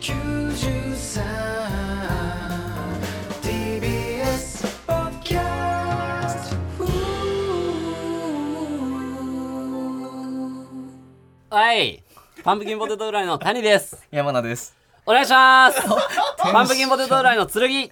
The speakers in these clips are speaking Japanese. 93 TBS ポッドキャストはい。パンプキンポテトフライの谷です。山名です。お願い します。パンプキンポテトフライの剣。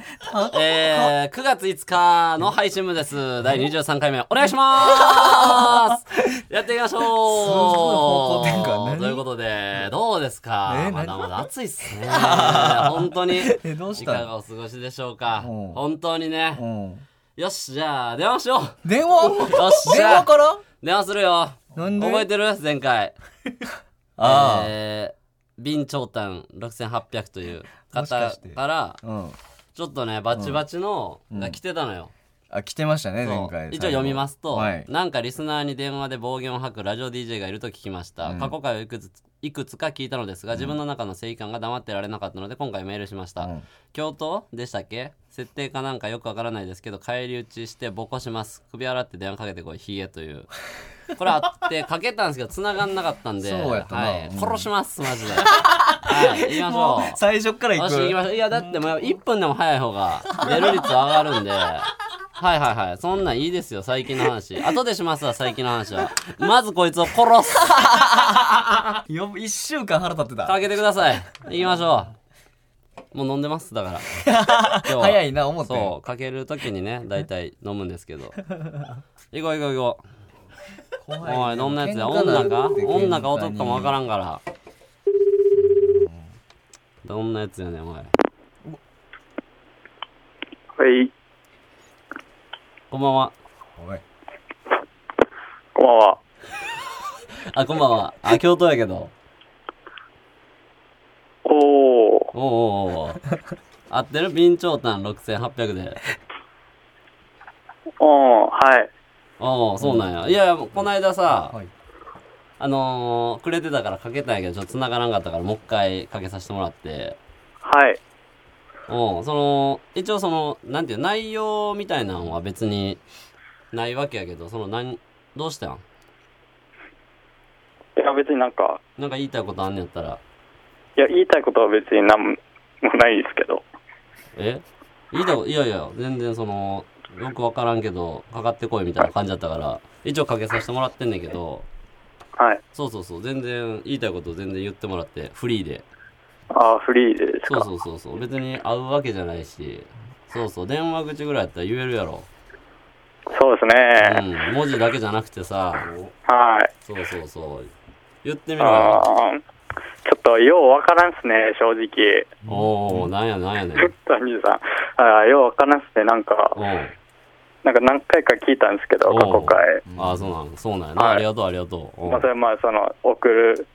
えー、9月5日の配信分です。第23回目、お願い します。やっていきましすょう。ごい方向転換何ということで、どうですかえま何だまだ暑いっす ね。本当に。えどうしいたのかがお過ごしでしょうか。うん本当にうね。ん。よし、じゃあ、電話しよう。電話よっし電ゃ話から電話するよ。なんで覚えてる前回。 ああ、えー、瓶長短6800というもしか方してからうん。ちょっとねバチバチのが来てたのよ、あ、来てましたね、そう前回。一応読みますと、はい。なんかリスナーに電話で暴言を吐くラジオ DJ がいると聞きました、過去回をいくついくつか聞いたのですが自分の中の正義感が黙ってられなかったので今回メールしました、うん教頭でしたっけ設定かなんかよくわからないですけど返り討ちしてボコします首洗って電話かけてこいヒゲというこれあってかけたんですけど繋がんなかったんでそうやったなはいうん殺しますマ ジではい行きましょう最初から行よしく。行きましょういやだってもう1分でも早い方が出る率上がるんではいはいはいそんなんいいですよ最近の話後でしますわ最近の話はまずこいつを殺すよ一週間腹立ってかた。けてください行きましょうもう飲んでますだから 今日は早いな、思って。そうかけるときに ね大体飲むんですけど行こう行こう行こう怖おいいねどんなやつや喧嘩女だかって女か男かもわから喧嘩んからどんなやつやねんお前はい、こんばんはにおい。こんばんは。あこんばんはあ京都やけどおー、おうおうおう合ってる備長炭6800でうん、はい。おおそうなんやいやこの間さ、はいあのー、くれてたからかけたんやけどちょっと繋がらんかったからもう一回かけさせてもらってはい。うん、その、一応その、なんていう、内容みたいなのは別にないわけやけど、その、なん、どうしたんいや、別になんか、なんか言いたいことあんねやったら、いや、言いたいことは別になんもないですけど。え言いたいこと、いやいや、全然その、よくわからんけど、かかってこいみたいな感じだったから、一応かけさせてもらってんねんけど、はい。そうそうそう、全然、言いたいこと全然言ってもらって、フリーで。あー、フリーでですそか。うそうそうそう、別に会うわけじゃないし、そうそう、電話口ぐらいやったら言えるやろ。そうですうね。ん、文字だけじゃなくてさ、はい。そうそうそう、言ってみろあよ。ーちょっと、ようわからんっすね、正直。おお、なんやなんやねん。トニーさん。あーようわからんっすね、なんか、おうなんか何回か聞いたんですけど、おう過去回。ああ、そうなん、そうなんやな。はいありがとう、ありがとう。おうまあ、それはまあ、その、送る、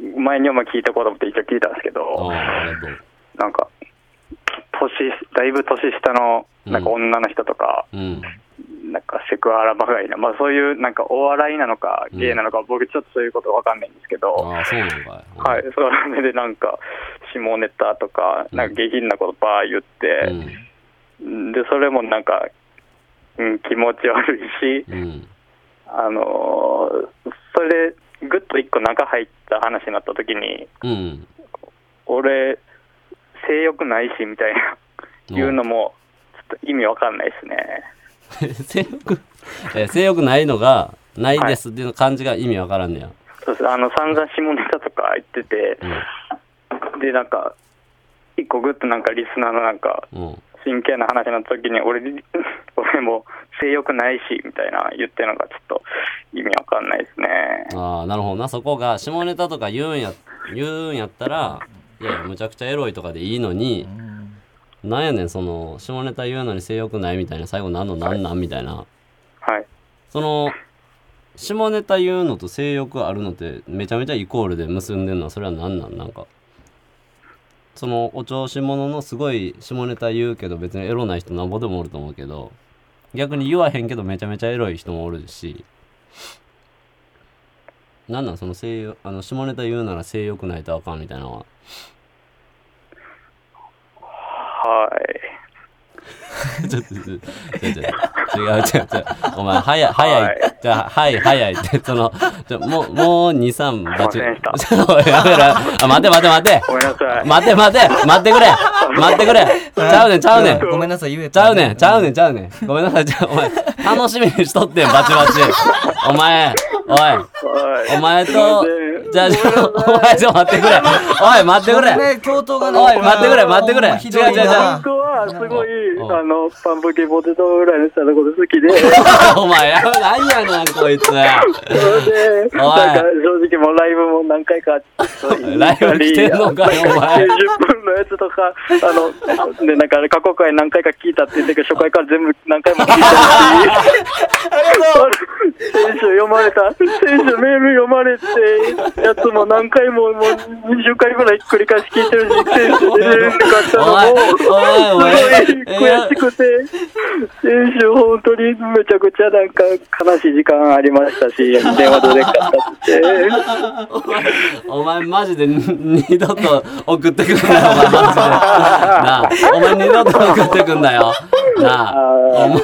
前にも聞いたこともって一応聞いたんですけおどう、ありがとう。なんか、年、だいぶ年下の、なんか女の人とか、うん。なんかセクハラばかりな、まあ、そういうなんかお笑いなのか、うん芸なのか、僕、ちょっとそういうことわかんないんですけど、ああ、そうなんかい。はい、それでなんか、下ネタとか、うんなんか下品なことばー言っい。て、で、それもなんか、うん、気持ち悪いし、うん。うん。あのーそれで、ぐっと一個中入った話になった時に、うん。 俺、性欲ないしみたいな、うん言うのも、ちょっと意味わかんないですね。性欲、えー性欲ないのが、ないですっていう感じが意味わからんねや。そうですあの散々下ネタとか言ってて、でなんか一個ぐっとなんかリスナーのなんかうん。真剣な話になった時に俺俺も性欲ないしみたいな言ってるのがちょっと意味わかんないですねああ、なるほどな。そこが、下ネタとか言うんや、言うんやったら、いやいや、むちゃくちゃエロいとかでいいのに、なんやねん、その、下ネタ言うのに性欲ないみたいな、最後なんのなんなんみたいな。はいその下ネタ言うのと性欲あるのってめちゃめちゃイコールで結んでんのはそれは何なんなんかそのお調子者のすごい下ネタ言うけど別にエロない人なんぼでもおると思うけど逆に言わへんけどめちゃめちゃエロい人もおるしなんなんその性欲あの下ネタ言うなら性欲ないとあかんみたいなのははいちょっと、ちょっと、違う違う違う。お前、早い、早い、じゃあはい、早いって、その、ちょもう、もう2、3、バチ。すいまちょっとやめろ。あ、待て待て待て。ごめんなさい。待て待て、待ってくれ。待ってくれ。ちゃうねん、ちゃうねん。ごめんなさい、言えちゃうねん、ちゃうねん、ちゃうねん。ごめんなさい、ちゃう、お前、楽しみにしとってん、バチバチ。お前、おい、はいお前とすいません、じゃあ、ちょお前、ちょ、待ってくれ。おい、待ってくれ。ね、教頭がねおい待ってくれ待ってくれほんまひどいな違う違う違う本当はすごいうんあのパンプキンポテトフライの下のこと好きでお前、やめなんやねん、こいつ。それおでいなんか正直もうライブも何回かちょっと行ライったブり来てんのかよ、お前。 90分のやつとか、あの、ね、なんかあれ過去回何回か聞いたって言ってるけど、初回から全部何回も聞いたし、選手読まれた、選手メール読まれて、やつも何回ももう20回ぐらい繰り返し聞いてるし、選手出れるんかったのおいも、おいすごい悔しくて、選手本当にめちゃくちゃなんか悲しい時間ありましたし、電話どれんかったって。お前、お前マジで二二度と送ってくんなよ、お前マジで。なあ、お前二度と送ってくんなよ。なあ、お前。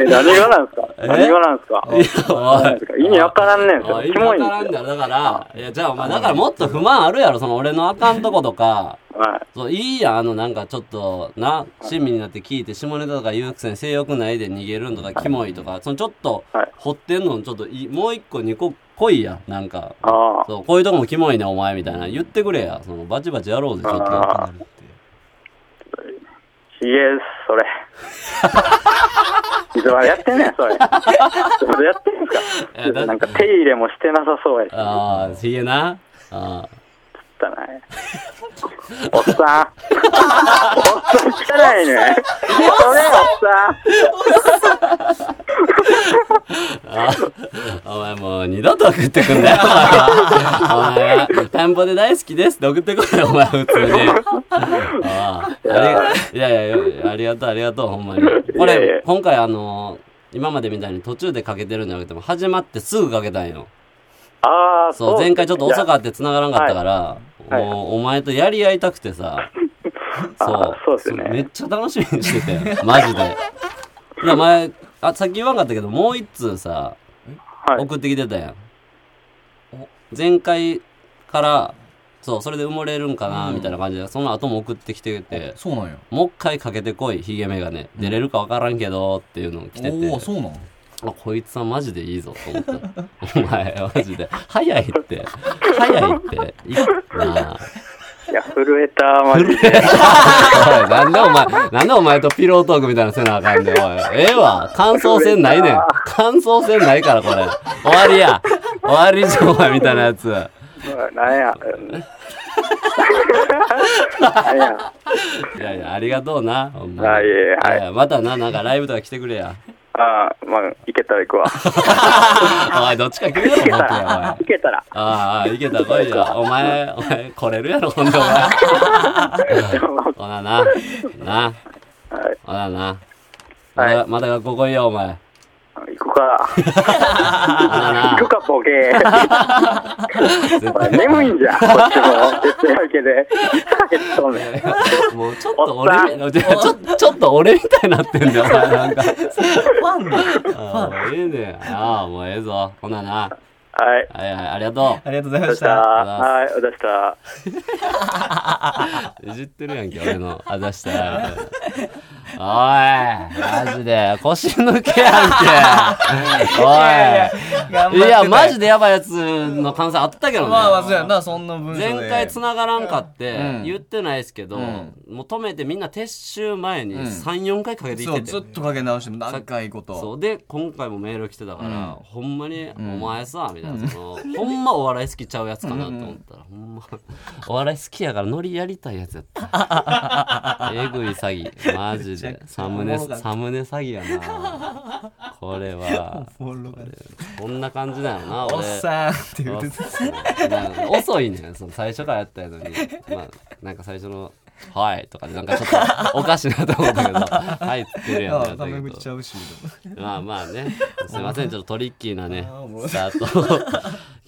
え、何がなんすか何がなんすかいや、おい。意味わからんねんすよ。意キ味モわいんからでんすよ。だろ、だから、いや、じゃあお前、だからもっと不満あるやろ、その俺のあかんとことか。はい。そういいやんあのなんかちょっとな親身になって聞いて下ネタとか言うくせに性欲ないで逃げるんとかキモいとかそのちょっとはい掘ってんのちょっといもう一個二個濃いやんなんかああ。そうこういうとこもキモいねお前みたいな言ってくれやそのバチバチやろうぜちょっとあーイエス、それ。いつまでやってんねん、それ。いつまでやってん いやすだか。なんか手入れもしてなさそうやし。ああひげなあ汚い。おっさん。おっさん汚いね。それ、おーあーお前もう二度と送ってくんだよお前はお前は田んぼで大好きですって送ってこいよお前普通 にああ、ありがいやいやよ、ありがとう、ありがとう、ほんまに。こいやいやれ、今回あのー今までみたいに途中でかけてるんじゃなくても、始まってすぐかけたんよ。っさん。ああ、そう、前回ちょっと遅っかって繋がらんかったから、はいもう、お前とやり合いたくてさ、 あそうですねめっちゃ楽しみにしてたよ、マジで。いや、前、あ、さっき言わんかったけど、もう一通さ、はい送ってきてたやん。前回から、そう、それで埋もれるんかな、みたいな感じで、その後も送ってきてて、そうなんや。もう一回かけてこい、ヒゲメガネ。出れるかわからんけど、っていうのを来てて。おお、そうなんあ、こいつはマジでいいぞ、と思った。お前、マジで。早いって。早いって。いなあ。た。いや、震えた、マジで。おい、なんでお前、なんでお前とピロートークみたいなのせなあかんねん、おい。ええわ。感想戦ないねん。感想戦ないから、これ。終わりや。終わりじゃん、お前、みたいなやつ。なんや。なんや。いやいや、ありがとうな、ほんまにあいえいえはいややまたな、なんかライブとか来てくれや。ああ、まあ、いけたら行くわ。お前、どっちか決めろ、いけ思たってよ、おらい。。いけたら。ああ、いけた、来いよ。お前、お前、来れるやろ、ほんで、お前。ほなな、な、はいほなな。まはいだ、まだ学校来いよ、お前。行くか。ほなな行く。か、ボケ。お前眠いんじゃん、こっちも。徹夜明けで。帰っとんねんもうちょっとおっさん俺み、ちょ、ちょちょっと俺みたいになってんだよ、お前、なんか。ファンだ。ああ、もうええねああ、もうええぞ。ほなな。はい。はいはい、ありがとありがとうございどまうししたた。はい、どうしたう。いじってるやんけ、俺の。あ、出したら。みたいなおい、マジで、腰抜けやんけ。おい。いや、マジで。でやばいやつの感想あったけどね。まあまあ、そうやんな、そんな文章で。前回繋がらんかってうん言ってないですけど、うんもう止めてみんな撤収前にうん34回かけてきそてう、て、ずっとかけ直しても何回いこと。そうで今回もメール来てたから、うんほんまに「おん前さ」みたいな、そのほんまお笑い好きちゃうやつかなと思ったら、ほんまお笑い好きやからノリやりたいやつやったえぐい詐欺マジめちゃでくちゃサおムもネろかったサムネ詐欺やなこれはおもろかったこんな感じだよな俺おっさんって言ってた。なんか遅いねんその最初からやったやのにまあなんか最初の「はい」とかでなんかちょっとおかしいなと思ったけど 「はい」って言ってるやんあっタたけメど口ちゃうし。 まあまあねすいませんちょっとトリッキーなねあーもうスタートを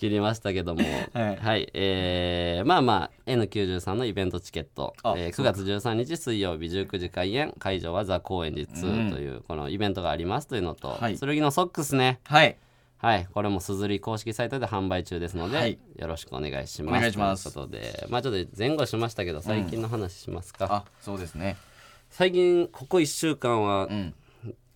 切りましたけども、 はいえーまあまあ N93 のイベントチケット、あえー9月13日水曜日19時開演会場はザ・高円寺うん2という、このイベントがありますというのと、はい剣のソックスねはいはいこれもすずり公式サイトで販売中ですので、はいよろしくお願いしますお願いしますということでまあちょっと前後しましたけど最近の話しますか、あそうですね最近ここ1週間はうん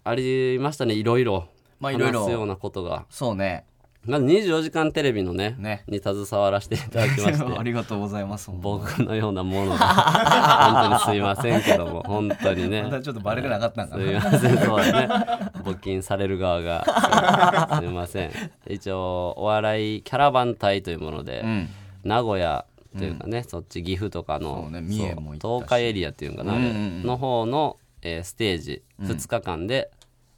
ありましたねいろいろまあいろいろ話すようなことがそうねまず24時間テレビのねねに携わらせていただきま しあてりがとうございますほんま僕のようなも のが本当にすいませんけども本当にねま だちょっとバレてなかったんかすいなませんそうだね募金される側がすいません一応お笑いキャラバン隊というもので、うん名古屋というかね、そっち岐阜とかのそうね三重も行ったしそう東海エリアっていうんかな、あうれんうんうんの方の、えーステージ2日間で、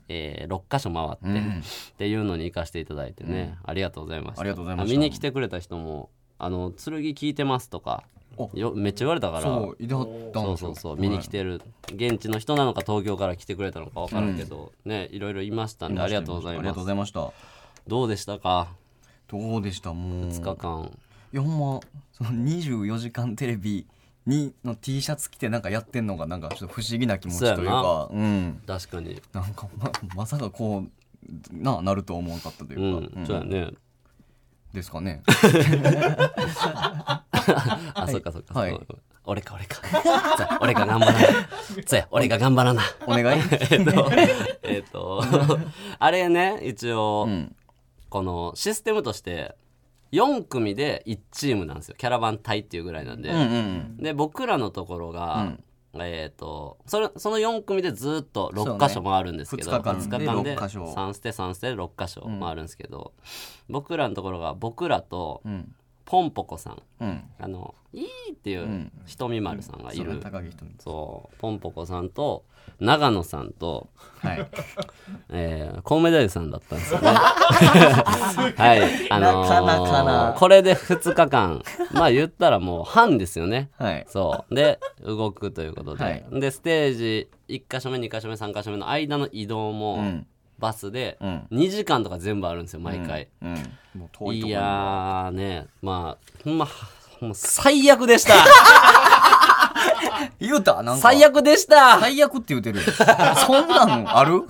え6か所回って、んっていうのに行かせていただいてね、ありがとうございましたありがとうございました見に来てくれた人も「あの剣聞いてます」とかおよめっちゃ言われたからそういだったんそでうすそようそう見に来てる現地の人なのか東京から来てくれたのか分からんけど、ねいろいろいましたんでありがとうござあいりがまとうすございましたどうでしたかどうでしたもう2日間いやほんまその24時間テレビにの T シャツ着てなんかやってんのがなんかちょっと不思議な気持ちというかうん確かになんかままさかこうななると思わなかったといううか、ん、うんそうやねですかねあ、そうかそうか。はいそう俺か俺か。そうや俺が頑張らな。そうや俺が頑張らな。お 願いえ っと、えっと、あれね、一応、うんこのシステムとして、4組で1チームなんですよ。キャラバン隊っていうぐらいなんで。うんうんで、僕らのところが、えっとそれその4組でずっと6か所回るんですけど、そうね二日間で二六箇所3ステ3ステで6箇所回るんですけど、僕らのところが僕らとうんポンポコさんうんあのいいっていうん瞳丸さんがいそる、うね高木ひとみそうポンポコさんと長野さんと、はいえー、コウメ太夫さんだったんで すよね。はい、あのーなかなかなこれで2日間まあ言ったらもう半ですよね。 はいそうで動くということで、はいでステージ1箇所目2箇所目3箇所目の間の移動も、うんバスでうん2時間とか全部あるんですよ毎回。うんもう遠いところにいやーねまあほんまほんま最悪でした言うたなんか最悪で した最悪って言うてるよそんなのある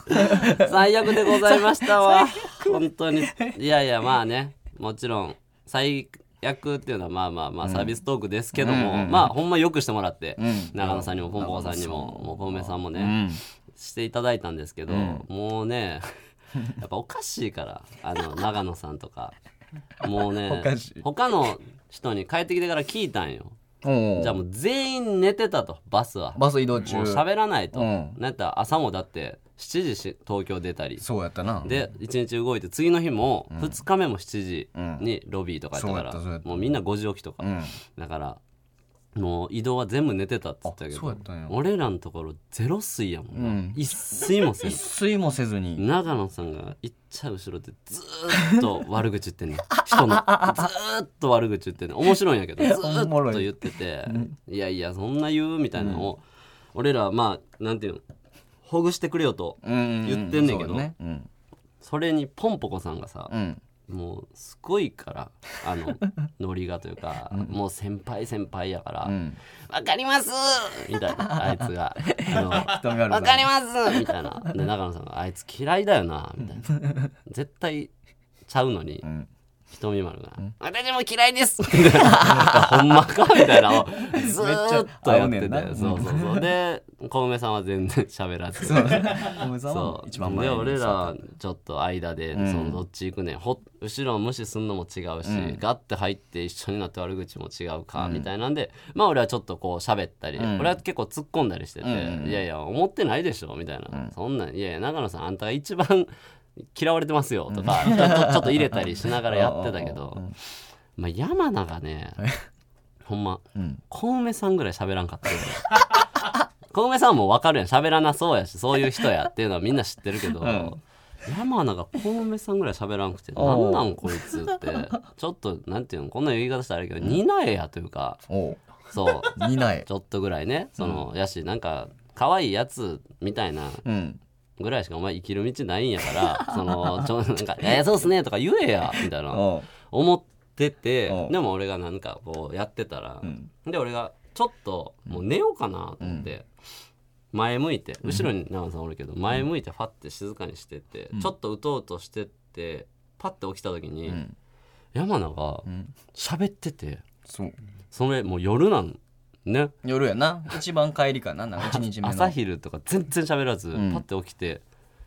最悪でございましたわ本当にいやいやまあねもちろん最悪っていうのはまあまあまあサービストークですけども、まあほんまよくしてもらって、ん長野さんにもポンポコさんにももうポンメさんもね、うんしていただいたんですけど、もう ねやっぱおかしいからあの長野さんとかもうね おかしい他の人に帰ってきてから聞いたんよおうじゃあもう全員寝てたとバスはバス移動中もう喋らないと、うんなんやったら朝もだって7時し東京出たりそうやったなで1日動いて次の日も2日目も7時うんにロビーとかやったから、そうやったそうやったもうみんな5時起きとか、うんだからもう移動は全部寝てたって言ったけあそうやどったんや俺らのところゼロ睡やもんな、うん一睡もせん一睡もせずに長野さんがいっちゃ後ろでずーっと悪口言ってんねん人のず ーっと悪口言ってんねん面白いんやけどずおもーろいっと言ってていやいやそんな言うみたいなのを、俺らはまあなんていうのほぐしてくれよと言言ってんねんけどねうんそれにポンポコさんがさ、うんもうすごいからあ のノリがというか、もう先輩先輩やから「わ、んかります!」みたいなあいつが「あのわ瞳あるかります!」みたいなで長野さんが「あいつ嫌いだよな」みたいな絶対ちゃうのに。ん瞳丸が、私も嫌いです」 みたいな「ほんまか?」みたいなのをずーっとやってめっちゃ合うねんてなそうそうそうで小梅さんは全然喋らずおめさんそもう一番前でに俺らちょっと間で、そのどっち行くねんほ後ろを無視すんのも違うし、ガッて入って一緒になって悪口も違うか、みたいなんでまあ俺はちょっとこう喋ったり、俺は結構突っ込んだりしてて、いやいや思ってないでしょみたいな、そんなんいやいや長野さんあんたが一番 嫌われてますよとか、ちょっとちょっと入れたりしながらやってたけど、まあ、山名がねほんま、ん小梅さんぐらい喋らんかったよ 小梅さんも分かるやん喋らなそうやしそういう人やっていうのはみんな知ってるけど、山名が小梅さんぐらい喋らんくてなんなんこいつってちょっとなんていうのこんな言い方したらあれやけど担えやというかおうそう見ないちょっとぐらいねその、やしなんか可愛いやつみたいなうんぐらいしかお前生きる道ないんやからそのちょなんか「えーそうっすね」とか言えやみたいなおう思ってて、うんでも俺がなんかこうやってたら、うんで俺がちょっともう寝ようかなと思って、前向いて後ろに長野さんおるけど前向いてファッて静かにしてて、んちょっと打とうとしてってパッて起きた時に、うん山名がうん喋っててそうそれもう夜なんね夜やな一番帰りかななんか一日目の朝昼とか全然喋らず、うんパッて起きて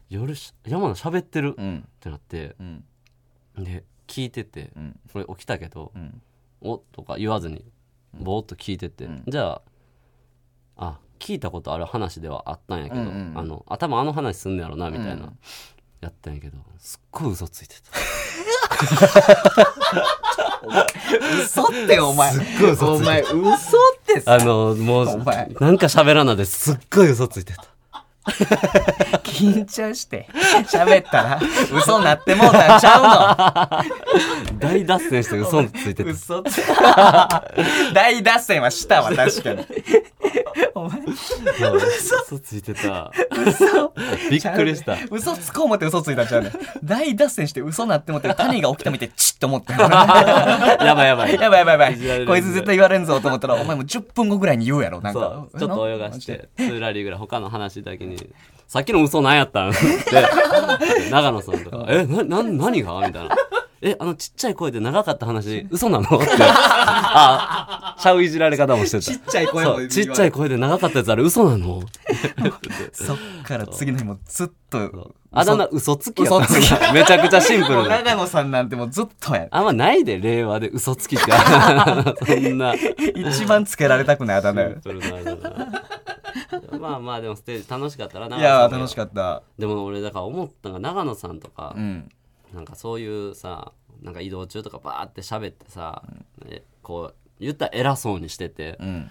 夜し山名喋ってるうっんてなってうんで聞いててうんこれ起きたけどうんおとか言わずにぼーっと聞いてて、うんじゃああ聞いたことある話ではあったんやけど、うんうんうんあの頭あの話すんねやろなみたいな、うんやったんやけどすっごい嘘ついて嘘ってお前すっごい嘘ついてるお前嘘ってたさあのも うお前なんか喋らなですっごい嘘ついてた緊張して喋ったら嘘なってもうたんちゃ大脱線して嘘ついうてのた嘘って大脱線はしたわ確かにお前そう嘘ついてた びっくり した嘘つこう思って嘘ついたんちゃうねん大脱線して嘘なってもって谷が起きたみてチッと思った やばいやばいやばいやばいやばいじられるいこいつ絶対言われんぞと思ったらお前もう10分後ぐらいに言うやろなんそかうちょっと泳がマしジでて2ラリーぐらい他の話だけに「さっきの嘘なんやったん?」 って長野さんとか「えなな何が?」みたいな「えあのちっちゃい声で長かった話嘘なの?」ってあちゃういじられ方もしてたちっちゃい声もそうちっちゃい声で長かったやつあれ嘘なのそっから次の日もずっとあだ名嘘つきやった嘘つき めちゃくちゃシンプもルうな長野さんなんてもうずっとやあんまないで令和で嘘つきって そんな一番つけられたくないあだ名よ それなるなまあまあでもステージ楽しかったらないやー楽しかったでも俺だから思ったのが長野さんとか、うんなんかそういうさなんか移動中とかバーって喋ってさ、えこう言ったら偉そうにしてて、うん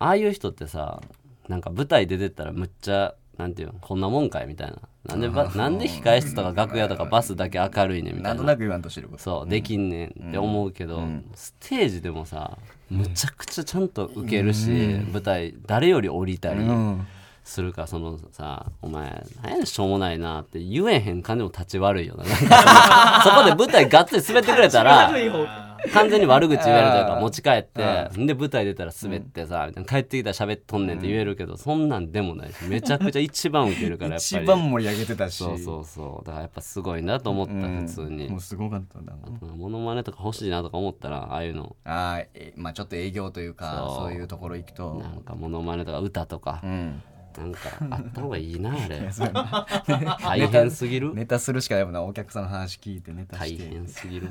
ああいう人ってさなんか舞台出てったらむっちゃなんていうのこんなもんかいみたいななんでばなんで控室とか楽屋とかバスだけ明るいねみたないんとななく言わんとしてることそうできんねんって思うけど、ステージでもさむちゃくちゃちゃんと受けるし、舞台誰より降りたり。うんするかそのさ「お前何やねんしょうもないな」って言えへん感じも立ち悪いよななんかそ のそこで舞台がっつり滑ってくれたら完全に悪口言えるというか持ち帰ってんで舞台出たら滑ってさみたいな帰ってきたら喋っとんねんって言えるけどそんなんでもないしめちゃくちゃ一番ウケるからやっぱ一り番盛り上げてたしそうそうそうだからやっぱすごいなと思ったうん普通にもうすごかったんだもんモノマネとか欲しいなとか思ったらああいうのあーえまあちょっと営業というかそうそういうところ行くとなんかモノマネとか歌とかうんなんかあった方がいいなあれそうや な大変すぎるネタするしかないもんなお客さんの話聞いてネタ大して変すぎる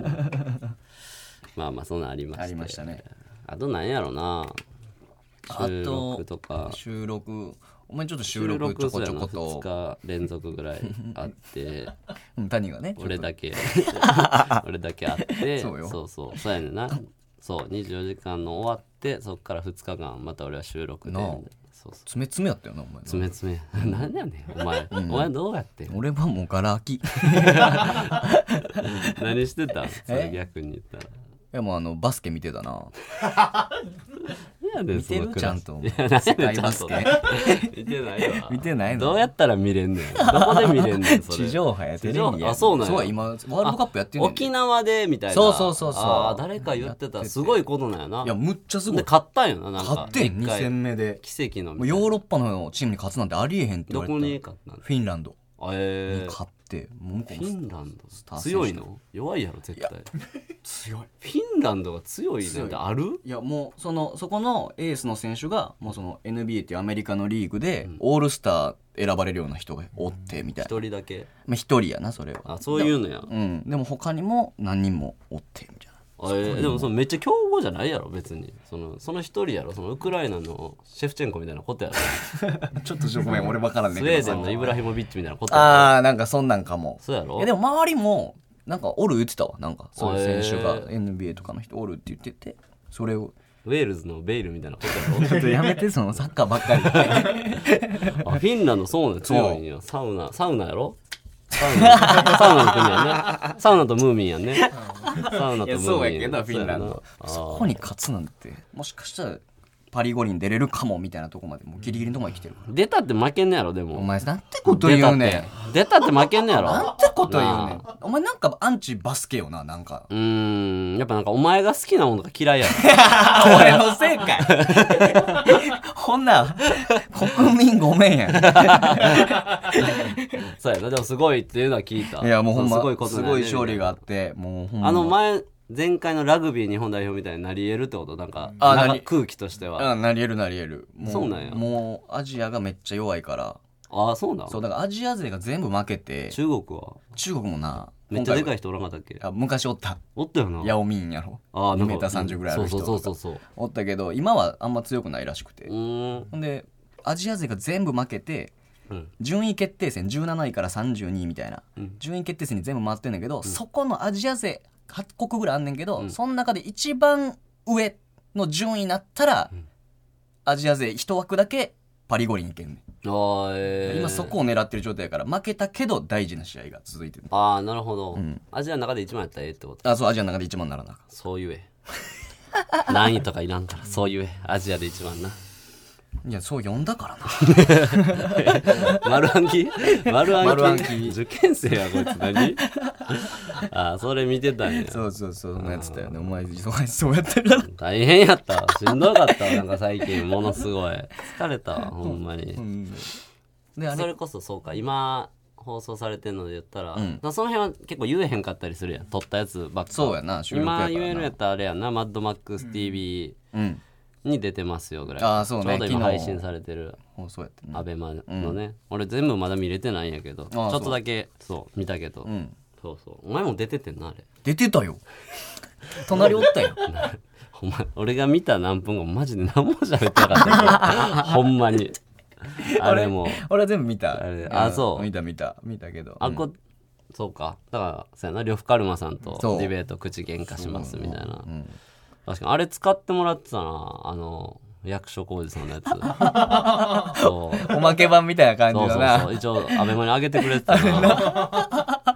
まあまあそんなんありましたありましたねあとなんやろなあと収録とか収録お前ちょっと収録ちょこちょこ2と日連続ぐらいあって うん谷がね俺ちょっだけ俺だけあっ てそうよそうそうそうやねんなそう24時間の終わってそっから2日間また俺は収録でなあそうそとう爪爪やったよなお前な詰め詰め なんやねんお前、お前どうやってん俺はもうガラ空き い何してたんそれ逆に言ったらやもうあのバスケ見てたな何やねん見そてのる暮ちゃらんしと世世界界ババススケケ 見てないわ。見てないのどうやったら見れんねん。どこで見れんねん。それ地上波やテレビ地上や波あそうなんやそう今ワールドカップやってんねんで沖縄でみたいな。そうそうそうそうああ、誰か言ってた。すごいことなんやな。いやむっちゃすごで、い勝ったんよな、なんか。勝ってん一2回戦目で奇跡のみもたういな。ヨーロッパのチームに勝つなんてありえへんって言どわれこてにた勝ったんフィンランドえー勝ってもう向こフうィもンランド。ター選手強いの弱いやろ、絶対。フ強いィンランドが強いなんてあるいやもうそのそこのエースの選手がもうその NBA っていうアメリカのリーグでオールスター選ばれるような人がおってみたいな一人だけ。まあ一人やなそれはあ、そういうのや。うんでも他にも何人もおってみたいなえーでもそのめっちゃ強豪じゃないやろ別にそのその一人やろそのウクライナのシェフチェンコみたいなこ とやろちょっとごめん俺分からんねスウェーデンのイブラヒモビッチみたいなことやろああなんかそんなんかもそうやろいやでも周りもなんかおる言ってたわなんかそういう選手へが NBA とかの人おるって言っててそれをウェールズのベイルみたいなことや ちょっとやめてそのサッカーばっかりろあフィンランドそうなの強いんやサウナサウナや ろサウナサウナの国やねサウナとムーミンやねサウナとムーミンいやそうやけどフィンランドそうやなここに勝つなんてもしかしたらパリ五輪出れるかもみたいなとこまでもうギリギリのとこまで来てるから出たって負けんねやろでおも前なんてこと言うね出たって出たって負けんねやんろなんてこと言うねんなお前なんかアンチバスケよななん かうーんやっぱなんかお前が好きなものが嫌いやろ俺のせいかい ほんな国民ごめんや んそうやなでもすごいっていうのは聞いたいやもうほんますすごごいいことなんやね勝利があってもうほんまあの前前回のラグビー日本代表みたいになり得るってことなんかあななんかり空気としてはうんなりえるなりえるもそうなんやもうアジアがめっちゃ弱いからああそうなのそうだからアジア勢が全部負けて中国は中国もなめっちゃでかいい人おらんかったっけ昔おったおったよなヤオミンやろああなんか 2m30 ぐらいある人そうそうそうそうそうおったけど今はあんま強くないらしくてうーんほんでアジア勢が全部負けてうん順位決定戦17位から32位みたいな、うん順位決定戦に全部回ってんだけど、そこのアジア勢8国ぐらいあんねんけど、うんその中で一番上の順位になったら、んアジア勢一枠だけパリ五輪行けんねん、あーえー今そこを狙ってる状態やから負けたけど大事な試合が続いてるああなるほど、んアジアの中で一番やったらええってことあそうアジアの中で一番にならなあかんそう言え 何位とかいらんからそう言えアジアで一番ないやそう呼んだからな 丸暗記丸暗記丸暗記受験生やこいつ 何ああそれ見てたんやそうそうそうそんなやつだよねお前忙しそうやったから大変やったわしんどかったわなんか最近ものすごい疲れたわほんまに、であそれれこそそうか今放送されてんので言ったら、んその辺は結構言えへんかったりするやん撮ったやつばっかそうやな収録やから今な言えるやったらあれやな「マッドマックス TV うん」に出てますよぐらい、あーそうねちょうど今昨配日信されてる放送やってアねベマのね、俺全部まだ見れてないんやけどちあょーっとだけそう見たけど、うんそうそうお前も出ててんなあれ出てたよ 隣おったよお前俺が見た何分後マジで何も喋ってなかった けどほんまに あれも俺は全部見たあれんあそう見た見た見たけどあうんこ、そうかだからそうやな呂布カルマさんとそうディベート口喧嘩しますみたいな、ん確かにあれ使ってもらってたなあの役所広司さんのやつ そうおまけ版みたいな感じそだうなそうそう一応アベマに上げてくれてたな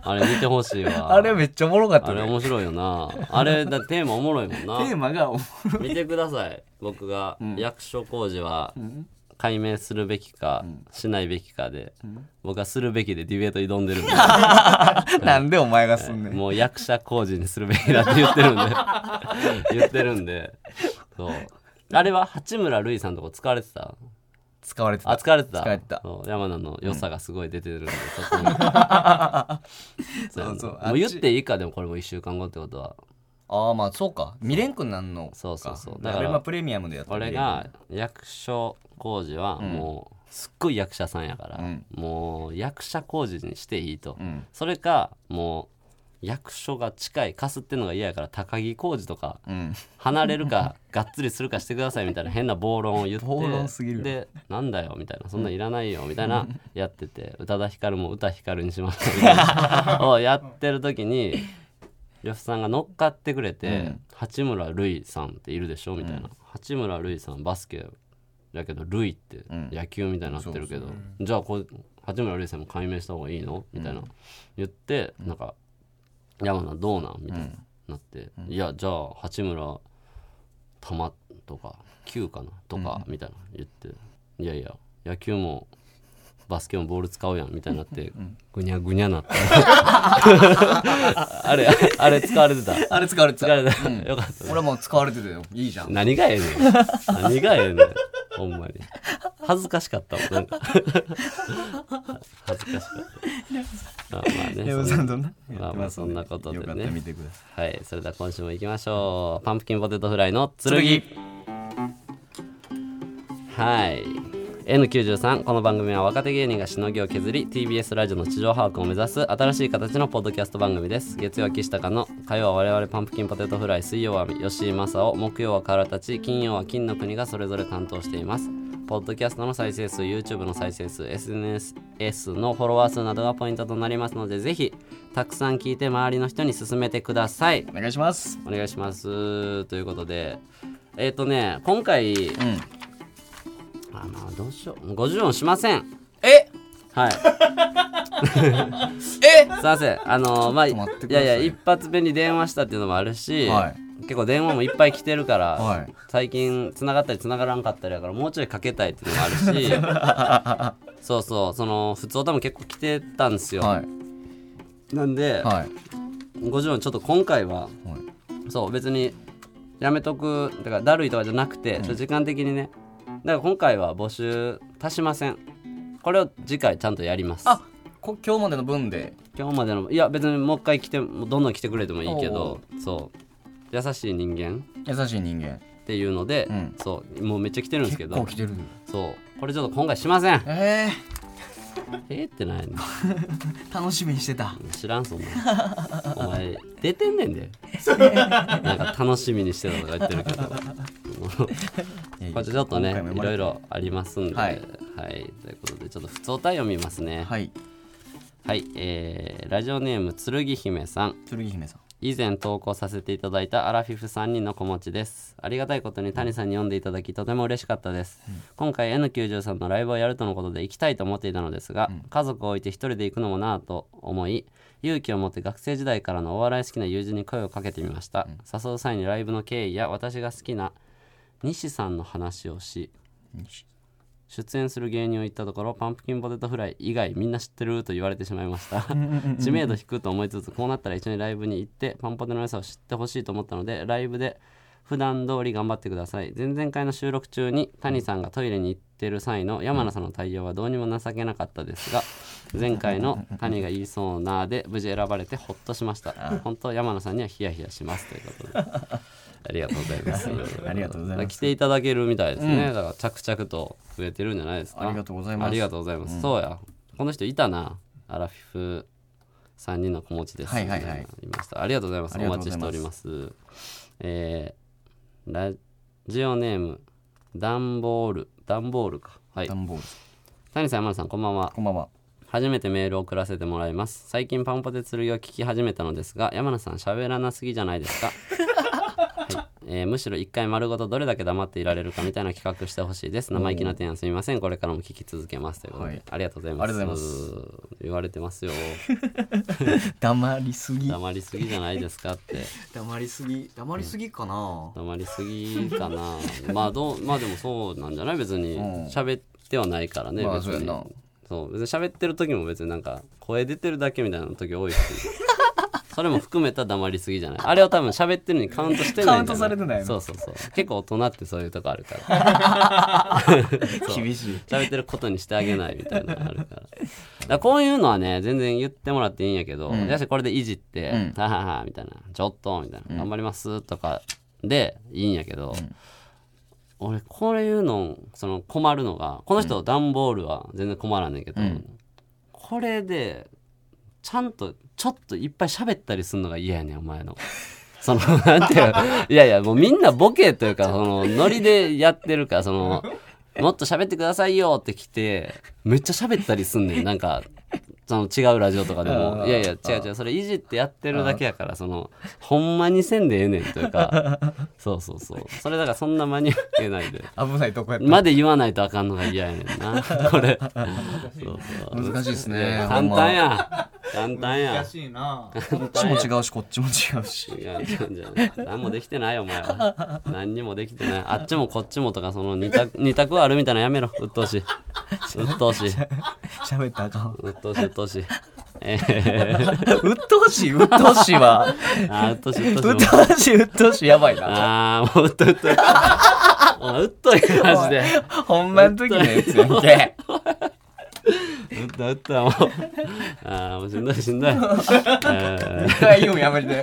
あれ見てほしい わあれめっちゃおもろかったあれね面白いよなあれだテーマおもろいもんなテーマがおも 見てください僕が役所広司は解明するべきかしないべきかで僕はするべきでディベート挑んでるんでろなんでお前がすんねんもう役者広司にするべきだって言ってるんで 言ってるんでそうあれは八村塁さんとこ使われてた使われてあた使われてた使われてたそう山名の良さがすごい出てるんで、そこに そうやなそうそうあっちもう言っていいかでもこれも1週間後ってことはああまあそうか見れんくなんのかそうそうそうだだかかららプレミアムでやったら俺が役所広司はもうすっごい役者さんやから、うんもう役者工事にしていいと、うんそれかもう役所が近いかすってのが嫌やから高木工事とかうん離れるかがっつりするかしてくださいみたいな変な暴論を言って暴論すぎるでなんだよみたいなそんなんいらないよみたいなやってて宇多田ヒカルも宇多ヒカルにしましたみた いなをやってる時に呂布さんが乗っかってくれて、うん八村塁さんっているでしょみたいな、八村塁さんバスケだけど塁ってん野球みたいになってるけど、じゃあこう八村塁さんも解明した方がいいのみたいな、言ってなんか「山名どうなん?」みたいな、なって「いやじゃあ八村玉とか9かなとか」みたいな言って「いやいや野球もバスケもボール使うやん」みたいになってぐにゃぐにゃなって あれあれ使われてたあれ使われて使わたれてた、よかっ た俺もう使われてたよいいじゃん何がええねん何がええねんほんまに恥ずかしかったもん なんか恥ずかしかったあまあねそんなどんなまあまあそんなことでねよかった見てくださいはい、それでは今週も行きましょう。パンプキンポテトフライの剣。剣はい。N93 この番組は若手芸人がしのぎを削り TBS ラジオの地上把握を目指す新しい形のポッドキャスト番組です月曜は岸高の火曜は我々パンプキンポテトフライ水曜は吉井正雄木曜はからたち金曜は金の国がそれぞれ担当していますポッドキャストの再生数 YouTube の再生数 SNS のフォロワー数などがポイントとなりますのでぜひたくさん聞いて周りの人に勧めてくださいお願いしますお願いしますということでえっ、とね今回うんあまあどうしよう50音しませんえはいえすいませんあのまあちいょっと待ってくださいやいや一発目に電話したっていうのもあるし、はい結構電話もいっぱい来てるから、はい最近繋がったり繋がらんかったりやからもうちょいかけたいっていうのもあ るしそうそうその普通歌も結構来てたんですよ、はいなんで、はいご自分ちょっと今回ははいそう別にやめとくだからだるいとかじゃなくて、ちょっと時間的にねだから今回は募集足しませんこれを次回ちゃんとやりますあこ今日までの分で今日までのいや別にもう一回来てもうどんどん来てくれてもいいけおどそう優しい人間優しい人間っていうので、うんそうもうめっちゃ来てるんですけど結構来てるそうこれちょっと今回しませんええーってないのー、楽しみにしてた知らんそんなお前出てんね んでなんか楽しみにしてたとか言ってるけどこれちょっとねいろいろありますんでははいい、ということでちょっと普通お便り読みますねはい、はいえーラジオネーム剣姫さん剣姫さん以前投稿させていただいたアラフィフ3人の子持ちですありがたいことに谷さんに読んでいただきとても嬉しかったです、今回 N93 のライブをやるとのことで行きたいと思っていたのですが、家族を置いて一人で行くのもなぁと思い勇気を持って学生時代からのお笑い好きな友人に声をかけてみました、誘う際にライブの経緯や私が好きな西さんの話をし出演する芸人を言ったところパンプキンポテトフライ以外みんな知ってると言われてしまいました 知名度低いと思いつつこうなったら一緒にライブに行ってパンポテの良さを知ってほしいと思ったのでライブで普段通り頑張ってください前々回の収録中に谷さんがトイレに行ってる際の山名さんの対応はどうにも情けなかったですが前回の「谷が言いそうな」で無事選ばれてほっとしました本当山名さんにはヒヤヒヤしますということであ りがとうございますありがとうございます来ていただけるみたいですね、だから着々と増えてるんじゃないですかありがとうございますありがとうございます、そうやこの人いたなアラフィフ3人の子持ちですはいはいはいみたなのいましたありがとうございますあおりがとう待ございちしますておりますえーラジオネームダンボールダンボールかはいダンボール谷さん山田さんこんばんはこんばんは初めてメールを送らせてもらいます最近パンポテ剣を聞き始めたのですが山名さん喋らなすぎじゃないですか、はいえーむしろ一回丸ごとどれだけ黙っていられるかみたいな企画してほしいです生意気な提案すみませんこれからも聞き続けますということで、はいありがとうございますありがとう言われてますよ黙りすぎ黙りすぎじゃないですかって黙りすぎ黙りすぎかな黙りすぎかな まあどうまあでもそうなんじゃない別にうん喋ってはないからね、まあ別にそうやなそう別に喋ってる時も別になんか声出てるだけみたいな時多いし それも含めた黙りすぎじゃないあれを多分喋ってるのにカウントしてないんじカゃウントされてないのそうそうそう結構大人ってそういうとこあるから厳しい喋ってることにしてあげないみたいなのあるからだからこういうのはね全然言ってもらっていいんやけど、やしこれでいじってうん「ははは」みたいな「ちょっと」みたいな「頑張ります」とかでいいんやけど、俺これ言うのその困るのがこの人段ボールは全然困らんねんけど、うんこれでちゃんとちょっといっぱい喋ったりするのが嫌やねんお前の。そのなんていういやいやもうみんなボケというかそのノリでやってるからそのもっと喋ってくださいよって来てめっちゃ喋ったりすんねんなんかその違うラジオとかでも「いやいや違う違うそれいじってやってるだけやからそのほんまにせんでええねん」というかそうそうそうそれだからそんな間に合ってないで。危ないとこやったまで言わないとあかんのが嫌やねんなこれそうそう難しいですいやね簡単や簡単や難しいなこっちも違うしこっちも違うしいやなんじゃない何もできてないよお前は何にもできてないあっちもこっちもとかその二 択二択あるみたいなのやめろ鬱陶しい鬱陶しい喋ったらあか ん鬱陶しい鬱陶しいえー、鬱陶しい鬱陶しい はあー鬱陶し い鬱陶鬱陶しいしい鬱陶しいやばい なあーもううっとうっといお前うっといマジで本番の時のやつやん けうっとうっといもうあーもうしんどいしんどい、えー一回言うんやめて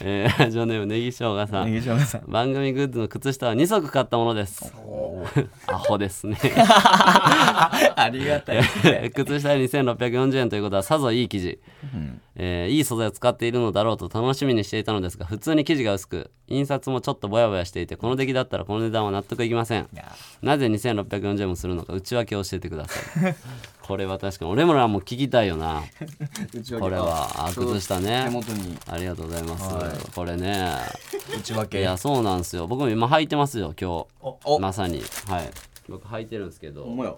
えーラジオネームネギしょうがさんネギショウさん番組グッズの靴下は2足買ったものです。 アホですね。 ありがたい靴下は2640円ということはさぞいい生地、えーいい素材を使っているのだろうと楽しみにしていたのですが普通に生地が薄く印刷もちょっとぼやぼやしていてこの出来だったらこの値段は納得いきませんやなぜ2640円もするのか内訳を教えてください これは確かに俺もらもう聞きたいよなこれはあ靴下手ね元にありがとうございます、これね内訳いやそうなんですよ僕も今履いてますよ今日おまさにはい僕履いてるんですけどほんまや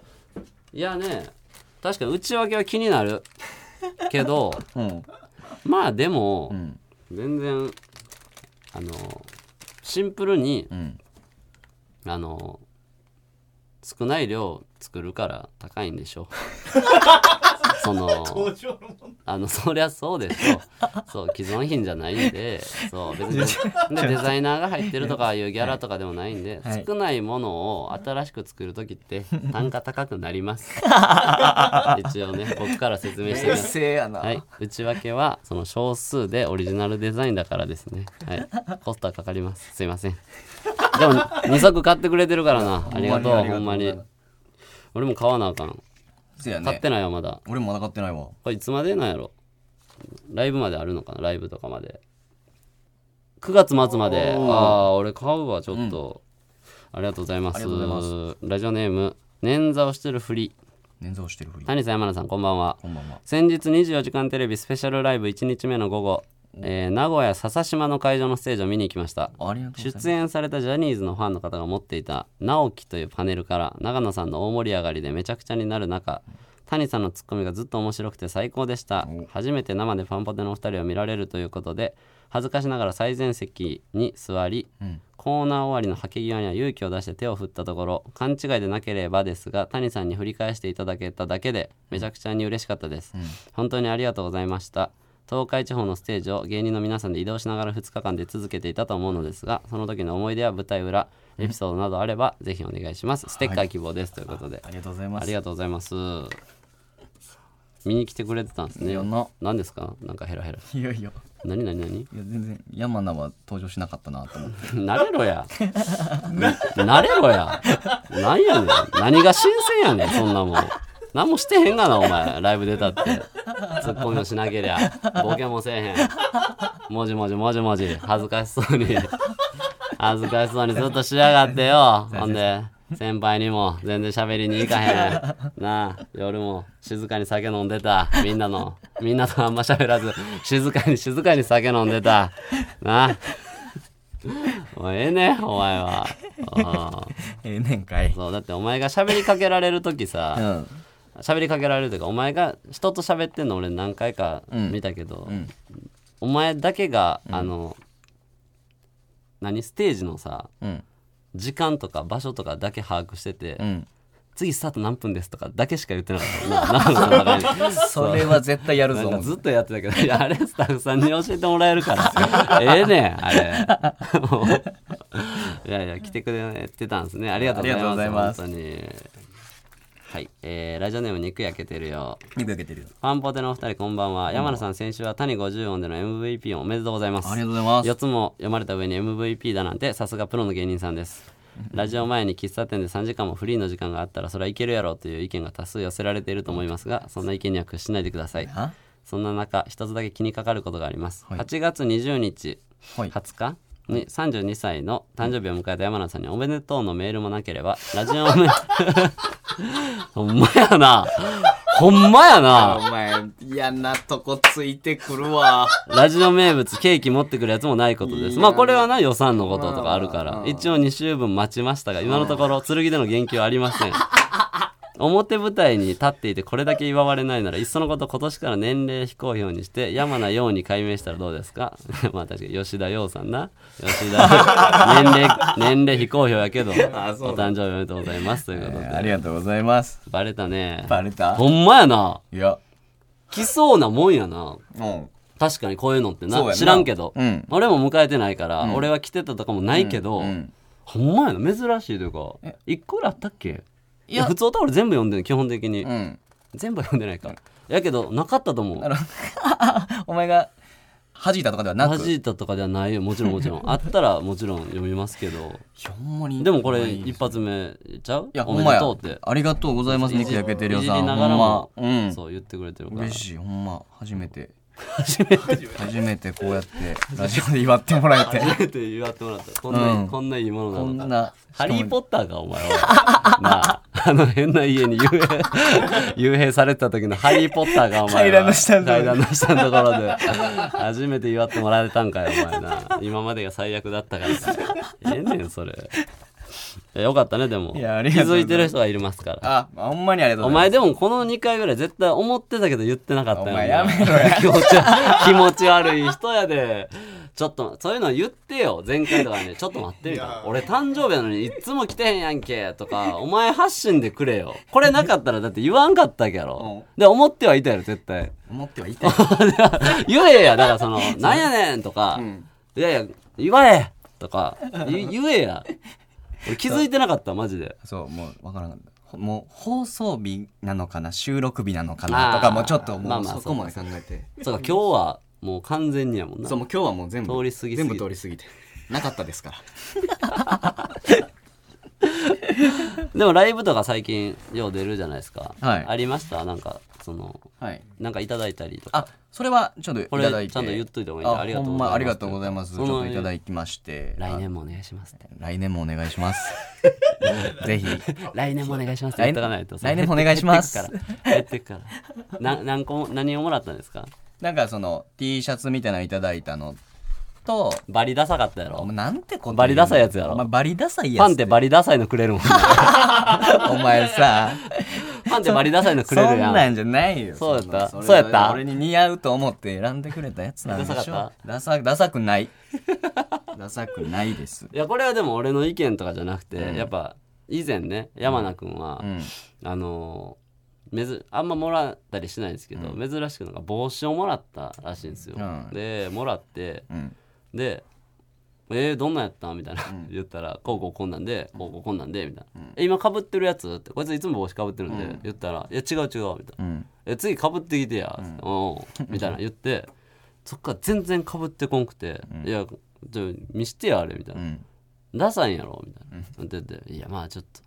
いやね確かに内訳は気になるけどうんまあでも、ん全然あのシンプルにうんあの少ない量作るから高いん でしょそのあのそりゃそうでしょそう既存品じゃないんでそう別にでデザイナーが入ってるとかいうギャラとかでもないんで、はい少ないものを新しく作る時って単価高くなります一応ね僕から説明してみ冷ます静やな、はい、内訳はその少数でオリジナルデザインだからですね、はい、コストはかかりますすいませんでも2足買ってくれてるからなありがとうほんまに俺も買わなあかんせやね買ってないよまだ俺もまだ買ってないわこれいつまでなんやろライブまであるのかなライブとかまで9月末までああー俺買うわちょっと、ありがとうございますありがとうごラジオネーム捻挫をしてるふり捻挫をしてるふり谷さん山名さんこんばんはこんばんは先日24時間テレビスペシャルライブ1日目の午後、えー名古屋笹島の会場のステージを見に行きましたありがとうございます出演されたジャニーズのファンの方が持っていた「直樹」というパネルから長野さんの大盛り上がりでめちゃくちゃになる中谷さんのツッコミがずっと面白くて最高でした初めて生でパンポテのお二人を見られるということで恥ずかしながら最前席に座り、コーナー終わりのはけ際には勇気を出して手を振ったところ勘違いでなければですが谷さんに振り返していただけただけでめちゃくちゃに嬉しかったです、本当にありがとうございました東海地方のステージを芸人の皆さんで移動しながら2日間で続けていたと思うのですがその時の思い出や舞台裏エピソードなどあればぜひお願いしますステッカー希望です、ということでありがとうございまあすりがとうございます見に来てくれてたんですねやな何ですかなんかヘラヘラいやいや何何何いや全然山名は登場しなかったなと思って 慣れろや。慣れろや。なんやねん。何が新鮮やねん、そんなもん。何もしてへんがな、お前。ライブ出たって。ツッコミをしなけりゃ。ボケもせえへん。もじもじもじもじ。恥ずかしそうに。恥ずかしそうにずっとしやがってよ。ほんで、先輩にも全然喋りに行かへん。なあ、夜も静かに酒飲んでた。みんなの、みんなとあんま喋らず、静かに静かに酒飲んでた。なあ。もうええねお前はあ ええねんかいーそうだってお前が喋りかけられる時うさん喋りかけられるというかお前が人と喋ってんの俺何回か見たけど、お前だけが、あの何ステージのさうん時間とか場所とかだけ把握してて、うん次スタート何分ですとかだけしか言ってなかった な長野さんの中にそれは絶対やるなぞんかずっとやってたけど、いや、あれスタッフさんに教えてもらえる から。ええねん、あれ。 もういやいや、来てくれてたんですね。ありがとうございあります。がとうございます本当に。はい。えーラジオネーム肉焼けてるよ。肉焼けてるよファンポテのお二人、こんばんは。山田さん、先週は谷50音での MVP をおめでとうございます。ありがとうございます4つも読まれた上に MVP だなんて、さすがプロの芸人さんです。ラジオ前に喫茶店で3時間もフリーの時間があったらそれはいけるやろうという意見が多数寄せられていると思いますがそんな意見には屈しないでくださいはそんな中、一つだけ気にかかることがあります。はい8月20日、はい20日に32歳の誕生日を迎えた山名さんにおめでとうのメールもなければ、ラジオメ ほんまやな。ほんまやな。お前嫌なとこついてくるわラジオ名物ケーキ持ってくるやつも ないことです。まあこれはな予算のこととかあるから、一応2週分待ちましたが、今のところ剣での言及はありません。表舞台に立っていてこれだけ祝われないならいっそのこと今年から年齢非公表にして山名陽に改名したらどうですか まあ確かに吉田陽さんな吉 田年齢年齢非公表やけどお誕生日おめでとうございますということで、ありがとうございますバレたねバレたほんまやないや来そうなもんやなうん確かにこういうのっそてうなやな知らんけど、うん俺も迎えてないから、俺は来てたとかもないけど、うんほんまやな珍しいというか一個ぐらいあったっけいや普通歌俺全部読んでる基本的に、うん全部は読んでないかやけどなかったと思うお前が弾いたとかではな弾くいいたとかではないよもちろんもちろ んあったらもちろん読みますけどやほんまにでもこれ一発目ちゃういやおほんめまでやとうってありがとうございます肉焼けてるよさいじんりなほがらんまも、うんそう言ってくれてるから嬉しいほんま初め て初めて初めてこうやってラジオで祝ってもらえて 初めて祝ってもらったこんな、うんこんないいものなこのかんなハリー・ポッターか、お前は。 なあ、あの変な家に幽 閉、幽閉されてた時のハリー・ポッターか、お前は。階段の下のところ階段の下のところで。初めて祝ってもらえたんかよ、お前な。今までが最悪だったから。ええねん、それ。やよかったねでもい気やありがとうござづいますいてる人はいますからあ、ほんまにありがとおうござい前でもこの2回ぐらい絶対思ってたけど言ってなかったよなお前やめろや気持ち悪い気持ち悪い人やでちょっとそういうの言ってよ前回とかねちょっと待ってみたいな俺誕生日やのにいっつも来てへんやんけとかお前発信でくれよこれなかったらだって言わんかったわけやろで思ってはいたやろ絶対ます。思ってはい たよ。言えやだから その「なんやねん」とか「いやいや言わえ!」とかゆ言えや俺気づいてなかったマジでそう、もうわからんかった。ほもう放送日なのかな収録日なのかなとかもうちょっとまあもうまあそこまで考えてそうか今日はもう完全にやもんなそうもう今日はもう全部通り過ぎすぎ全部通り過ぎてなかったですからでもライブとか最近よう出るじゃないですか、はいありましたなんかそのはい。なんかいただいたりとかあ、それはちょっといこたれだいて。ちゃんと言っといた方がいいんでありがとうほごんざいますまありがとうございます。ちそょのっといただきまして。来年もお願いしますってあ。来年もお願いし ます。ぜひ。来年もお願いしますって来言っとかないと来年もお願いします減ってくから減ってくからな何個も何をもらったんですかなんかその T シャツみたいなのいただいたのと、バリダサかったやおろ前なんてこと言うのバリダサいやつやろお前バリダサいやつ。パンってバリダサいのく れるもんね お前さ、パンってバリダサいのくそれるんやんなんじゃないよ。そうやったんなそうやった俺に似合うと思って選んでくれたやつなんでしょ。ダサかっダサ、ダサくない。 ダサくないです。いやこれはでも俺の意見とかじゃなくて、やっぱ以前ね山名君は、うん。あのーめずあんまもらったりしないんですけど、珍しくなんか帽子をもらったらしいんですよ、うんでもらってうん。で「えー、どんなんやった?」みたいな、言ったら「こうこうこんなんでこうこうこんなんで」みたいな「え今かぶってるやつ?」ってこいついつも帽子かぶってるんで、言ったら「いや違う違う」みたいなうん。え次かぶってきてや、うん、みたいな言ってそっから全然かぶってこんくて「いやちょ見してやあれ」みたいなうん。 「ダサいんやろ」みたいな、って言って「いやまあちょっと、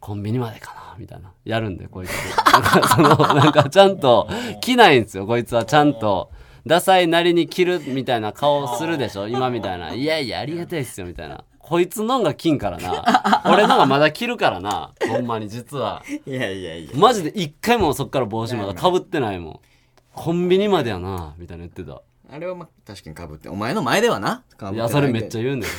コンビニまでかな」みたいなやるんでこいつなんかそのなんかちゃんと着ないんですよこいつはちゃんと。ダサいなりに着るみたいな顔するでしょ今みたいな。いやいや、ありがたいっすよみたいな。こいつのんが着んからな。俺のがまだ着るからな。ほんまに実は。いやいやいや。マジで一回もそっから帽子まだかぶってないもん。コンビニまでやな、みたいな言ってた。あれはまあ確かにかぶってお前の前ではな被ってないいや、それめっちゃ言うねん。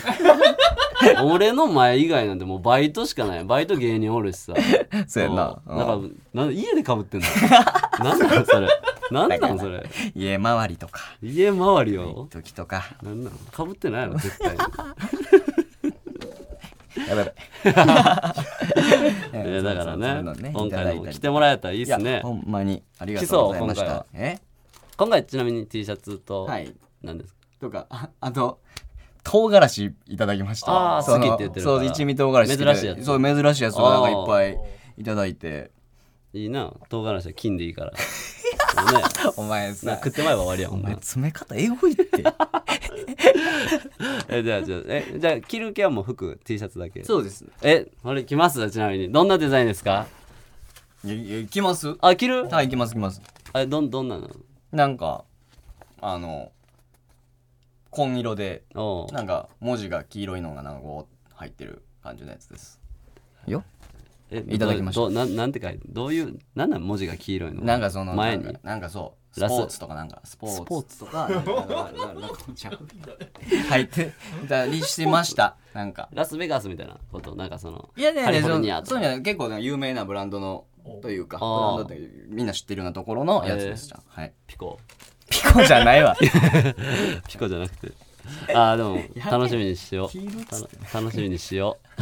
俺の前以外なんてもうバイトしかない。バイト芸人おるしさ。ゃそうやんなうんだから、なんで家でかぶってんの なんなんそれ。なんなんそれ。家周りとか家周りを。時とかなんなんかぶってないの絶 対に。やばいやばい いやだからそういうねのね今いただ回いたもり来てもらえたらいいっすいやねほ。んまにありがとうございまし来そうたえ今回ちなみに T シャツと、はい何ですかとかああと唐辛子いただきましたあーその好きって言ってるからそう一味唐辛子好きで珍しいやつそう珍しいやつをなんかいっぱいいただいていいな。唐辛子は金でい いから。そうね。お前なさ食ってまえば終わりやもおんな前詰め方エゴいって えじゃあじゃあえじゃあ着る系はもう服 T シャツだけそうですえこれ着ますちなみにどんなデザインですかいやいや行きますはあ着るい行きます行きますあどんどんなのなんかあの紺色でおうなんか文字が黄色いのがなんかこう入ってる感じのやつですよえいただきましたどうどうなんなんて書いてどういうなんなん文字が黄色いのなんかその前なんにかなんかそうスラスポーツとかなんかスポーツスポーツと かなんかなんかなんかなんかちゃう入ってたりしてましたなんかラスベガスみたいなことなんかそのいやねカリフォそルうニアとそういうのは結構なんか有名なブランドのというかブラあーンドってみんな知ってるようなところのやつですじゃん、はいピコピコじゃないわピコじゃなくてあーでも楽しみにしようたの楽しみにしよ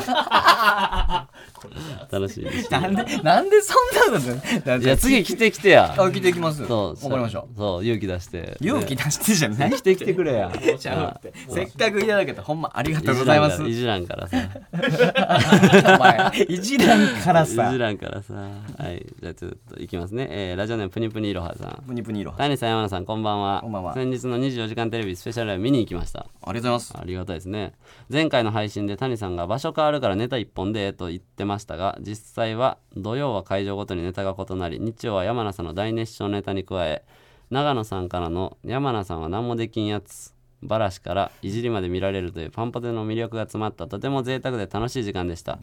う楽しみにしよなんでなんでそんなのだういや次来て来てやあ着ていきますそうわかりましたそう勇気出して勇気ね出してじゃない来て来てくれやちゃうってせっかくいただけたほんまありがとうございますいじらんからいじらんからさお前いじらんからいさじらんからさ。はい。じゃあちょっといきますね。えーラジオネームプニプニいろはさん。ぷにぷにいろあり谷さん、山田さん、こんばんは。こんばんは先日の24時間テレビスペシャルライブ見に行きました。がとうございますありがたいですね。前回の配信で谷さんが場所変わるからネタ一本でと言ってましたが、実際は土曜は会場ごとにネタが異なり、日曜は山名さんの大熱唱ネタに加え、長野さんからの山名さんは何もできんやつ、バラシからいじりまで見られるというパンポテの魅力が詰まったとても贅沢で楽しい時間でした。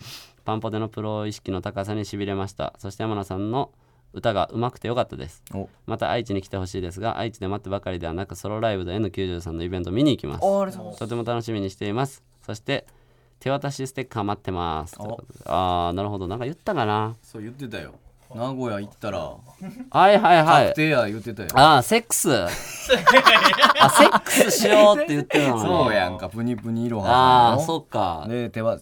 パンポテのプロ意識の高さにしびれました。そして山名さんの歌がうまくてよかったです。おまた愛知に来てほしいですが愛知で待ってばかりではなくソロライブで N93 のイベント見に行きますあありがとうございますとても楽しみにしていますそして手渡しステッカー待ってます。ということでああ、なるほど。なんか言ったかな。そう言ってたよ名古屋行ったらはいはいは確い。定や言ってたよああ、セッ クス。あ、セックスしようって言ってたのに。そうやんかプニプニいろはああ、そっか。で手は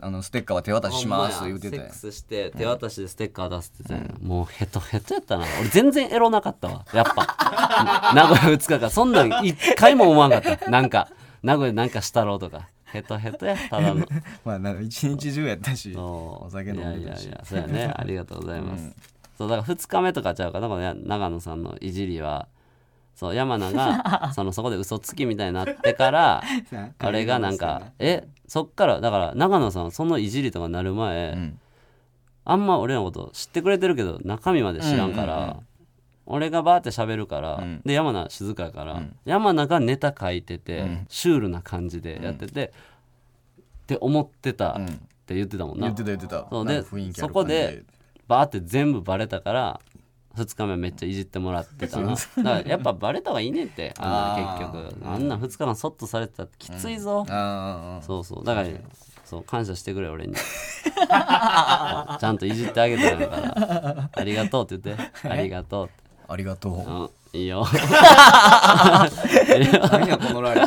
あのステッカーは手渡ししますほん言やってたセッよクスして手渡しでステッカー出すって言ってたよもうヘトヘトやったな俺全然エロなかったわやっ ぱ名古屋2日間そんなん一回も思わんかったなんか名古屋なんかしたろうとかヘトヘトやただのまあなんか一日中やったしそうお酒飲んでたいやいやいしやそうやね ありがとうございます、そうだから2日目とかちゃうかなこのや長野さんのいじりはそう山 名がそのそこで嘘つきみたいになってからあれがなんかえそっからだから長野さんはそのいじりとかなる前、うんあんま俺のこと知ってくれてるけど中身まで知らんから、俺がバーって喋るから、うんで山名静かやから、山名がネタ書いてて、うんシュールな感じでやってて、って思ってたうっんて言ってたもんな、言ってた言ってたそうなでんか雰囲気あそるこ感じでバーって全部バレたから2日目めっちゃいじってもらってたなだからやっぱバレた方がいいねんってあんなの結局あんな2日間そっとされてたってきついぞ、あーあーあーそうそうだからそう感謝してくれ 俺にそうちゃんといじってあげたんやからありがとうって言ってありがとうってありがとううんい いよ何やこのライブ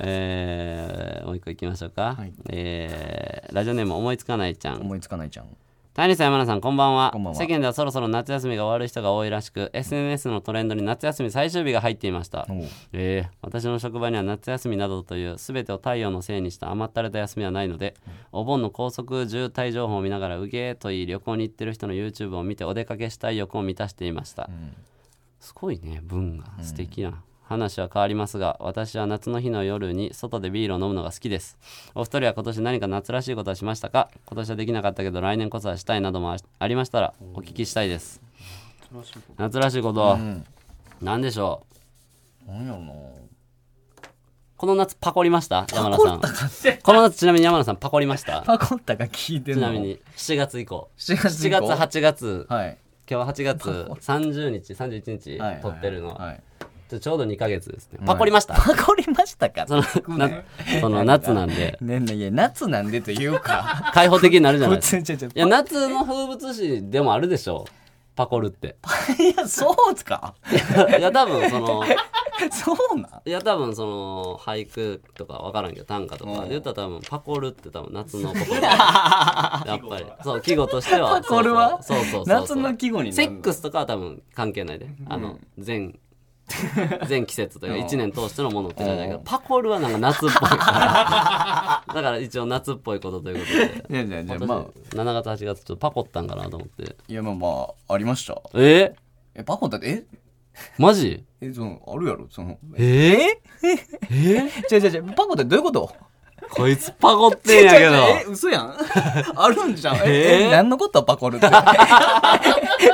えー、もう一個いきましょうか、はいえーラジオネーム思いつかないちゃ ん思いつかないじゃん谷さん山名さんこんばんはこんばんは世間ではそろそろ夏休みが終わる人が多いらしく SNS のトレンドに夏休み最終日が入っていましたおうえー私の職場には夏休みなどという全てを太陽のせいにした甘ったれた休みはないのでお盆の高速渋滞情報を見ながらうげーといい旅行に行ってる人の YouTube を見てお出かけしたい欲を満たしていました、すごいね文が素敵な、話は変わりますが私は夏の日の夜に外でビールを飲むのが好きですお二人は今年何か夏らしいことはしましたか今年はできなかったけど来年こそはしたいなどもあありましたらお聞きしたいです夏らしいことうん何でしょう何やろなこの夏パコりました山田さんこの夏ちなみに山田さんパコりましたパコッタが聞いてちんのなみに7月以降7月7月8 8月はい今日8月30日31日撮ってるのははいちょうど2ヶ月ですねパコりましたパコりましたかそのなその夏なんでねえねえいや夏なんでというか開放的になるじゃな普いですか通ちゃちゃいや夏の風物詩でもあるでしょうパコるっていやそうっすか いや多分そのそうなんいや多分その俳句とか分からんけど短歌とかで言ったら多分パコルって多分夏のこと だやっぱりそう季語としてはパコルはそうそうそうそう夏の季語になセるックスとかは多分関係ないであの 全全季節というか1年通してのものってじゃないけどうんパコルはなんか夏っぽ いからだから一応夏っぽいことということでいやいやいや私まあ7月8月ちょっとパコったんかなと思っていやまあまあありましたええパコッタってえマジえそのあるやろそのえ違う違う違うパコってどういうことこいつパコってんやけどえ嘘やんあるんじゃんええええ何のことパコルって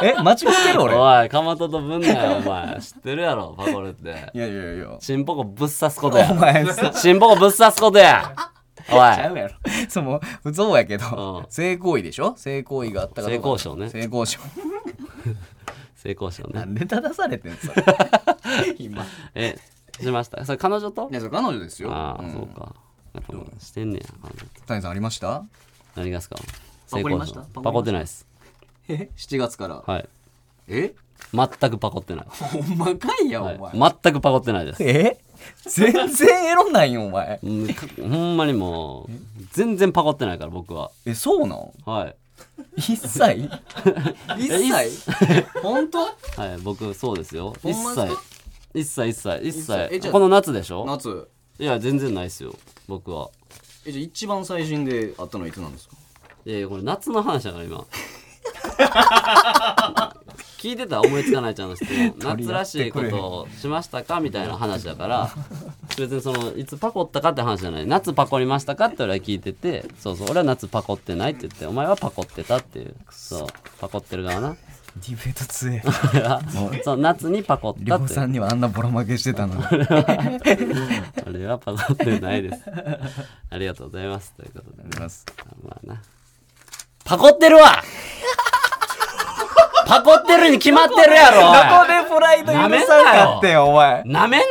え間違ってる俺おい、かまととぶんなよ、お前。知ってるやろ、パコルって。いやいやいやチンポコぶっ刺すことやお。前さチンポコぶっ刺すことや。おちゃい。うやろ。その、そうやけうんど、性行為でしょ性行為があったから。性交渉ね性交渉。成功しようなね。んで正されてんすか今。いえ、しました。それ彼女とや、それ彼女ですよ。ああ、うんそうか。やっぱもうしてんねや、彼女と。谷さんありました何がっすかパコりましたパコりましたパコってないです。え ?7 月から。はい。え全くパコってない。ほんまかいや、お前。はい全くパコってないです。え全然エロないよ、お前。うんかほんまにもう、全然パコってないから、僕は。え、そうなんはい。一切 一切本当はい、僕、そうですよ。ほ一んまです切か。一切一切一切えじ切ゃあこの夏でしょ夏。いや全然ないですよ僕はえ、じゃあ一番最新であったのはいつなんですかいやいやこれ夏の話だから今 聞いてたら思いつかないちゃんの質問夏らしいことをしましたかみたいな話だから別にそのいつパコったかって話じゃない夏パコりましたかって俺は聞いててそうそう俺は夏パコってないって言ってお前はパコってたっていうそうパコってる側な ディベート強え。そう夏にパコっりたょうってさんにはあんなボロ負けしてたのに。あれはパコってないですありがとうございますということであります。まあな。パコってる わパコってるに決まってるやろでプライド許さんかってよ、お前。なめんな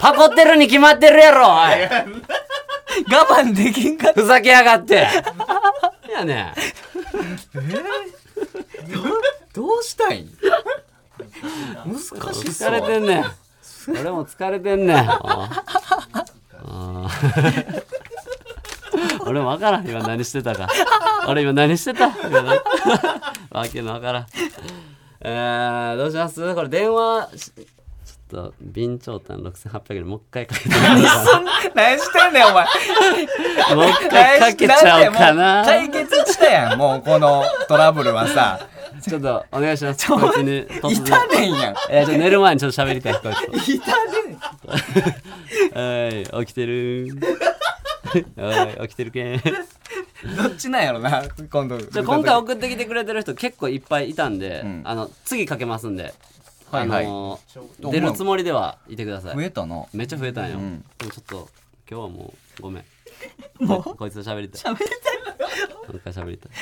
パコってるに決まってるやろおい 我慢できんかった。ふざけやがって。いやねどうしたいん難しそ疲う。れてんねん。俺も疲れてんねん。あー俺もわからん。今何してたか。俺今何してた今なわけのわからん。えー、どうしますこれ電話し、ちょっと、備長炭6800円もう一回か けてみようかな。何してんねん、お前。もう一回かけちゃおうかな。解決したやん、もうこのトラブルはさ。ちょっとお願いします。こいつにい突然たねんやん。えー、ちょっと寝る前にちょっと喋りたい、こいつと。いたねん。はい、起きてる。はい、起きてる けん。じどっちなんやろな、今度。ゃあ今回送ってきてくれてる人結構いっぱいいたんで、うんあの次かけますんで、はいはいあのー出るつもりではいてくださ増い。えたな。めっちゃ増えたんよ。うんでもちょっと今日はもうごめん。もうこいつと喋りたい。喋りたい。もう一回喋りたい。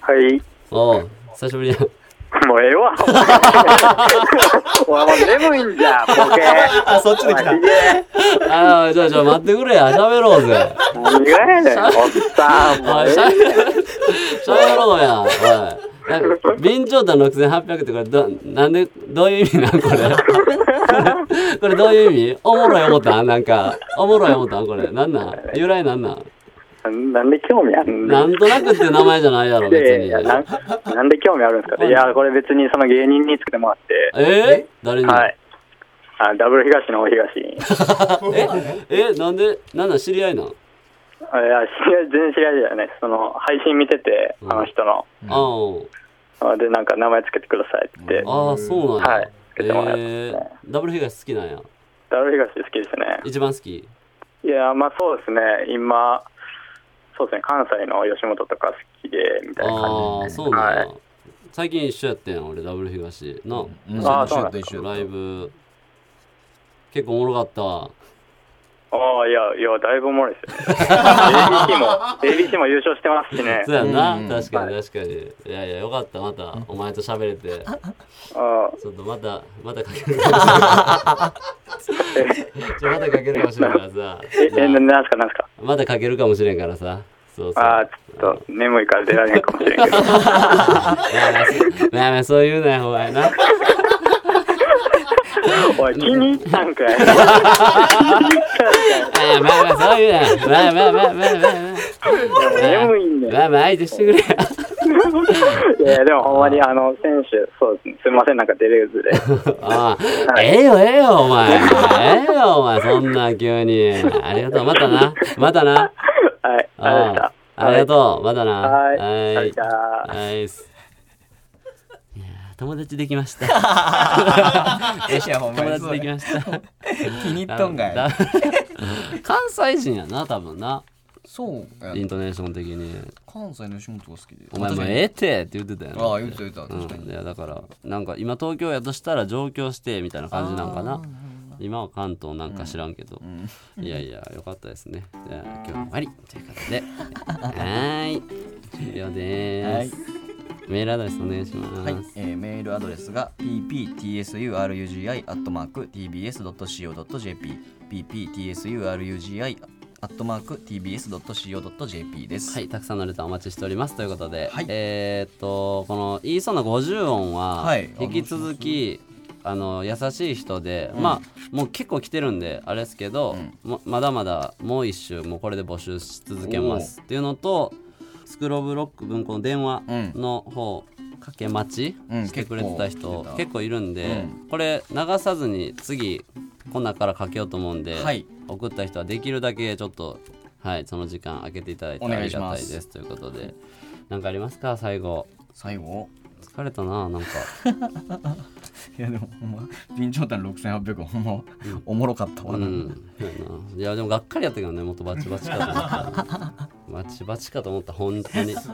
はい。おう、久しぶりや。もうええわ。俺もう眠いんじゃ、ボケ。あ、そっちで来た。ああ、じゃあじゃあ待ってくれや。喋ろうぜ。何がやねん、おっさん。もおうい、えしえゃべしゃべろうや。おい。え備長炭6800ってこれど、なんで、どういう意味なんこれ。 これどういう意味おもろい思ったんなんか、おもろい思ったんこれ。なんなん由来なんなんなんで興味あんなのんとなくって名前じゃないやろ、別でにい。やなんなんで興味あるんですかいや、これ別にその芸人につけてもらって、え誰に、はい。あダブル東の大東。いや、知ええなんで、なんなん知り合いなんり合い、全然知り合いじゃないです。その、配信見てて、うんあの人の。あーあで、なんか名前つけてくださいって。あー、そうなんや。はいつけてもらいまえー、ダブル東好きなんや。ダブル東好きですね。一番好き。いや、まあそうですね。今、そうですね。関西の吉本とか好きで、みたいな感じ。ああ、そうなんや。は最近一緒やってん、俺、ダブル東。な、うんあーそうなんだ一緒やった一緒ライやっブ結構おもろかったわああ、いや、いや、だいぶおもろい ですよね。ABC も、ABC も優勝してますしねそ。うやんな、うん確かに確かに、い、やいやよかったまたお前と喋れ てあちょっとまたまたかけるかもしれないちょまたかけるかもしれんからさえ、 え、ななんすか、なんすか。またかけるかもしれんからさそうそうああ、ちょっと眠いから出られへんかもしれ んけいど。やいやそうやめそう言うなよお前なおい、気に入った んかい。気に入ったんかい。まあまあまあそういうなまあまあまあまあまあでも眠いんだまあまあまよあ相手してくれよいやいや、でもほんまに、あの、選手、そうですね。すみません、なんか出れず で。ああええよええよお前ええよお前そんな急にありがとうまたなまたなはい、 あれでした。ありがとう。まだな。はい。ははいい。じゃあはいっす。いやー友達できま した。たいや、ほんま友に達そうでやきました。気に入っとんだかい。 関西人やな、多分な。そうやイントネーション的に。関西の吉本が好きで。お前もうええってって言ってたよな。ああ、言うてた言うてた。確かうん、いに。やだからなんか今東京やとしたら上京してみたいな感じなんかな今は関東なんか知らんけど、いやいやよかったですねじゃあ今日は終わりということでは ーい終了でーす、メールアドレスお願いします、はい、えーメールアドレスが pptsurugi.tbs.co.jp pptsurugi.tbs.co.jp です。はい、たくさんのレターお待ちしておりますということで、はいえーっとこの言いそうな50音ははい引き続き、あの優しい人で、まあもう結構来てるんであれですけど、もまだまだもう一周もうこれで募集し続けますっていうのとスクローブロック文庫の電話うんの方、かけ待うんちしてくれてた結構人来てた結構いるんで、うこれ流さずに次こんなんからかけようと思うんで、はい送った人はできるだけちょっと、はい、その時間空けていただいてお願いしますありがたいですということで何かありますか最後最後疲れた ななんかいやでもほんま備長炭6800ほんまおもろかったわうな、んそうやないやでもがっかりやったけどねもっとバチバチかと思った バチバチかと思った本当になんか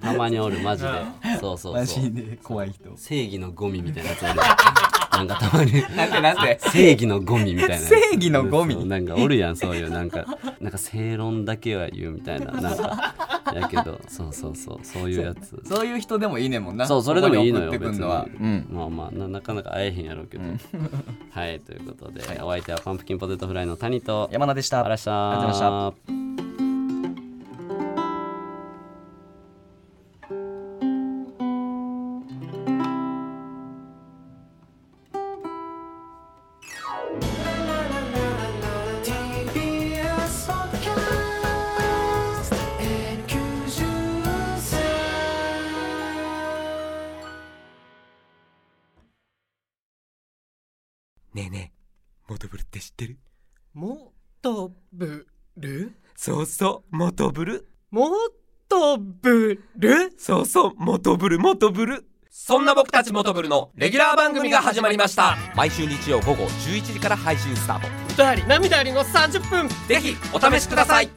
たまにおるマジでそうそうマそジうで怖い人正義のゴミみたいなやつおるなんかたまになんてなんて正義のゴミみたいなやつ正義のゴミそうなんかおるやんそういうなんかなんか正論だけは言うみたいななんかやけどそうそうそうそういうやつそういう人でもいいねんもんなそうそれでもいいのこよこに送ってくんのは別うにんまあまあななかなか会えへんやろうけど、はいということで、いお相手はパンプキンポテトフライの谷と山名でしたあらっしゃーありがとうございましたねえねえモトブルって知ってるもとぶるそうそうモトブルもとぶるそうそうモトブルモトブルそんな僕たちモトブルのレギュラー番組が始まりました毎週日曜午後11時から配信スタート歌あり涙ありの30分ぜひお試しください